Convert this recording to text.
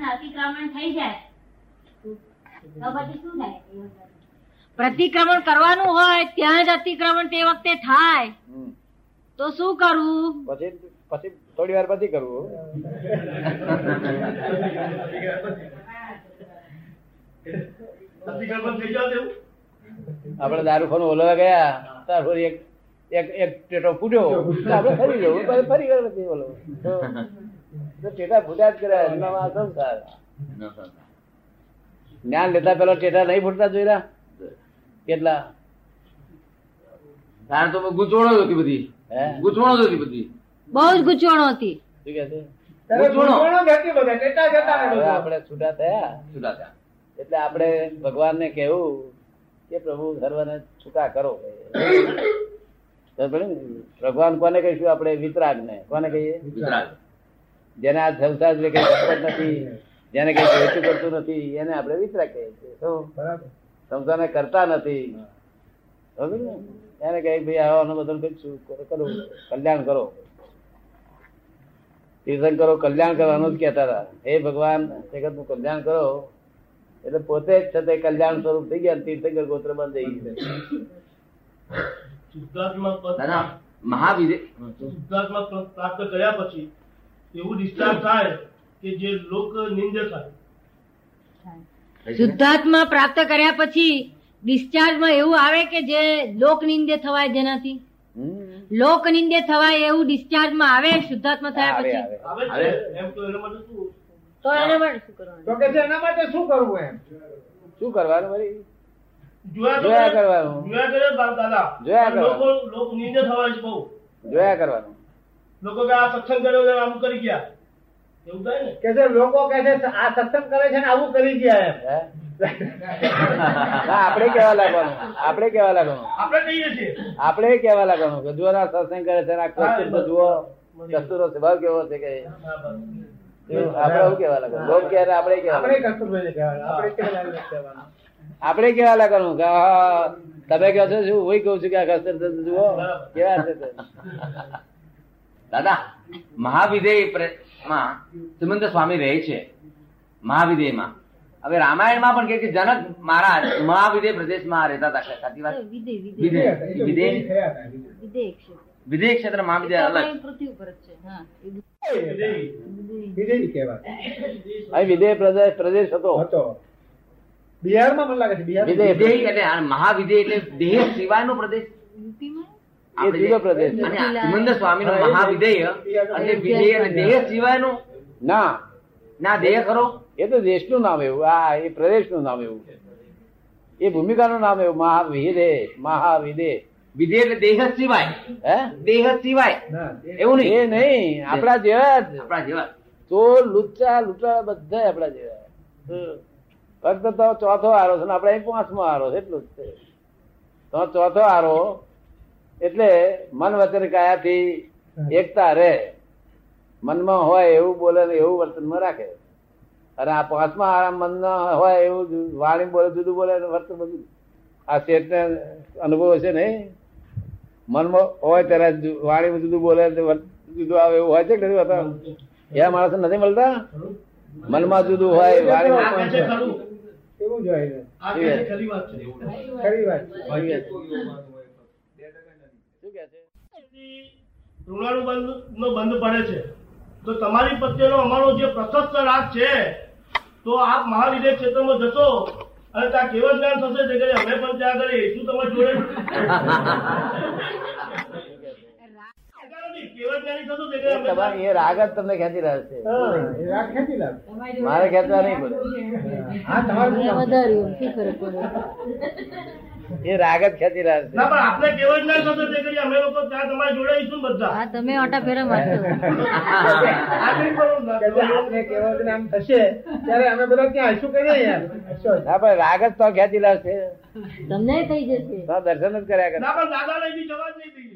ને અતિક્રમણ થઈ જાય તો પછી શું થાય એ વખતે? પ્રતિક્રમણ કરવાનું હોય ત્યાં જ અતિક્રમણ તે વખતે થાય હમ. તો શું કરવું પછી પછી થોડી વાર પછી કરવું અતિક્રમણ થઈ જાવ તેવું આપણે દારૂખાનું ઓલવા ગયા ત્યાર પછી એક એક એક ટેટો ફૂટ્યો તો આપણે ફરી જવું પછી ફરી વાર પછી ઓલો તો તો ટેટા ફૂટ્યા જ કર્યા એમનામાં આ સંસાર જ્ઞાન લેતા પેલા ટેટા નહીં ફૂટતા જોયેલા કેટલા તારે તો ગૂંચવણો જ હતી બધી હે ગૂંચવણો જ હતી બધી બહુ જ ગૂંચવણો હતી શું કે છે ગૂંચવણો. હવે આપણે છૂટા થયા છૂટા થયા. એટલે આપણે ભગવાનને કહેવું કે પ્રભુ સર્વને છૂટા કરો ખબર પડી ને? ભગવાન કોને કહીશું આપણે વિતરાગને કોને કહીએ વિતરાગ. જેને આ સંસાર જે કઈ કરતો નથી જેને કઈ હેતુ કરતું નથી એને આપણે વિતરાગ કહીએ છીએ શું? સંસારને કરતા નથી સમજ ને એને કહે ભાઈ આવવાનું બધું કરીશું કરો કલ્યાણ કરો તીર્થન કરો કલ્યાણ કરવાનું જ કહેતા હતા હે ભગવાન જગતનું કલ્યાણ કરો એટલે પોતે જ છતાં કલ્યાણ સ્વરૂપ થઈ ગયા તીર્થંકર ગોત્ર બંધ થઈ ગયા શુદ્ધાત્મા પદ દાદા મહાવીરે શુદ્ધાત્મા પ્ર- પ્રાપ્ત કર્યા પછી એવું discharge થાય કે જે લોક નિંદ થાય શુદ્ધાત્મા પ્રાપ્ત કર્યા પછી ડિસ્ચાર્જમાં એવું આવે કે જે લોક નિંદે થવાય જેનાથી હમ. લોક નિંદે થવાય એવું ડિસ્ચાર્જમાં આવે શુદ્ધાત્મા થયા આવે પછી આવે આવે જ અરે. છે. એમ તો એના માટે શું તો એના માટે શું કરવાનું શું કરવાનું વળી જોયા તો જોયા કરે- કરવાનું. જોયા કરે બા- દાદા જોયા પણ લોકો કરવાનું. લોક નિંદ થવાય છે બહુ જોયા કરવાનું લોકો કે આ સત્સંગ કર્યો ને આમ કરી ગયા એવું થાય ને કે જે લોકો કે છે આ સત્સંગ કરે છે ને આવું કરી ગયા એમ હે? ના, આપણે કેવા લાગવાનું આપણે કેવા લાગવાનું આપણે કહીએ છીએ આપણે એ કહેવા લાગવાનું કે જુઓ ના સત્સંગ કરે છે ને આ કસ્તુર તો જુઓ કસ્તુરનો સ્વભાવ કેવો છે કે હા, બરાબર. એવું આપણે એવું કહેવા લાગવાનું લોક કહે એટલે આપણે કહેવા આપણે લાગવાનું. કસ્તુરભાઈ ને કહેવાનું, આપણે કેવા લાગે કહેવાનું. આપણે કહેવા લાગવાનું કે આહા, તમે કહો છો શું હું કહું છું કે આ કસ્તુર તો જુઓ કેવા છે તે. દાદા મહાવિધેય પ્રે- માં સુમંત સ્વામી રહે છે મહાવિધેયમાં હવે રામાયણમાં પણ કહે કે જનક મહારાજ મહાવિધેય પ્રદેશમાં રહેતા હતા સાચી વાત વિધેય વિધેય વિધેય વિધેય વિધેય ક્ષેત્ર. વિધેય ક્ષેત્ર મહાવિધેય અલગ આપણી પૃથ્વી ઉપર જ છે હા એ બધું વિધેય. વિધેય. વિજયની કહેવાતું અહીં વિધેય પ્રદેશ પ્રદેશ હતો હતો બિહારમાં મને લાગે છે બિહાર વિધેય. વિધેય એટલે આ મહાવિધેય એટલે દેહ સિવાયનો પ્રદેશ યુપીમાં? એ આપણે જુદો જે- પ્રદેશ અને સુમંદર સ્વામીનો મહાવિધેય અને વિધેય અને દેહ સિવાયનો ના ના દેહ ખરો એ તો દેશનું નામ એવું આ એ પ્રદેશનું નામ એવું એ ભૂમિકાનું નામ એવું મહાવિદે મહાવિદે વિધેય એટલે દેહ સિવાય હે દેહ સિવાય એવું એ નહીં નહીં આપણા જેવા જ આપણા જેવા ચોર લુચ્ચા લૂંટારા બધા આપણા જેવા હમ. ફક્ત તો ચોથો આરો છે ને આપણે અહીં પાંચમો આરો છે એટલું જ છે તો ચોથો આરો એટલે મન વચન કાયાથી એકતા રહે મનમાં હોય એવું બોલે ને એવું વર્તનમાં રાખે અને આ પાંચમા આરા મનમાં હોય એવું જ વાણી બોલે જુદું બોલે અને વર્તન બધું આ શેઠને અનુભવ હશે નહીં મનમાં હોય ત્યારે જુ- વાણી જુદું બોલે ને વર્તન જુદું આવે એવું હોય છે કે નથી હોતા એવા માણસો નથી મળતા મનમાં જુદું હોય આ કહે વાણીમાં છે પણ ખરું એવું જ હોય ને. આ કહે છે ખરી વાત છે ખરી વાત છે. હોય. શું કહે છે? ઋણાનું બંધ નો બંધ પડે છે તો તમારી પ્રત્યેનો અમારો જે પ્રશસ્ત રાગ છે તો આપ મહાવિદ્ય ક્ષેત્રમાં જશો અને ત્યાં કેવળ જ્ઞાન થશે જે કરી અમે પણ ત્યાં આગળ શું તમે જોડે કેવળ જ્ઞાની થશો જે કરી એ અમે તમારે- એ રાગ જ તમને ખેંચી રહ્યા છે હા, એ રાગ ખેંચી લાવે. મારે ખેંચવા નહીં પડે હા, તમારું શું મેં નામ? વધાર્યું શું ફરક પડ્યો? એ રાગ જ ખેંચી રહ્યા છે ના પણ આપણે કેવળ જ્ઞાન થશે જે કરી અમે લોકો ત્યાં તમારે જોડે આવીશું ને બધા હા તમે ઓટા ફેરા મારશો આગળ પણ કે જે આપને કેવળ જ્ઞાન થશે ત્યારે અમે બધા ત્યાં હશું કે નહીં યાર? હશો જ. ના પણ રાગ જ તો ખેંચી રહ્યા છે તમને થઈ જશે તો દર્શન જ કર્યા કરે ના પણ દાદા લઈ જવા જ નહીં દઈએ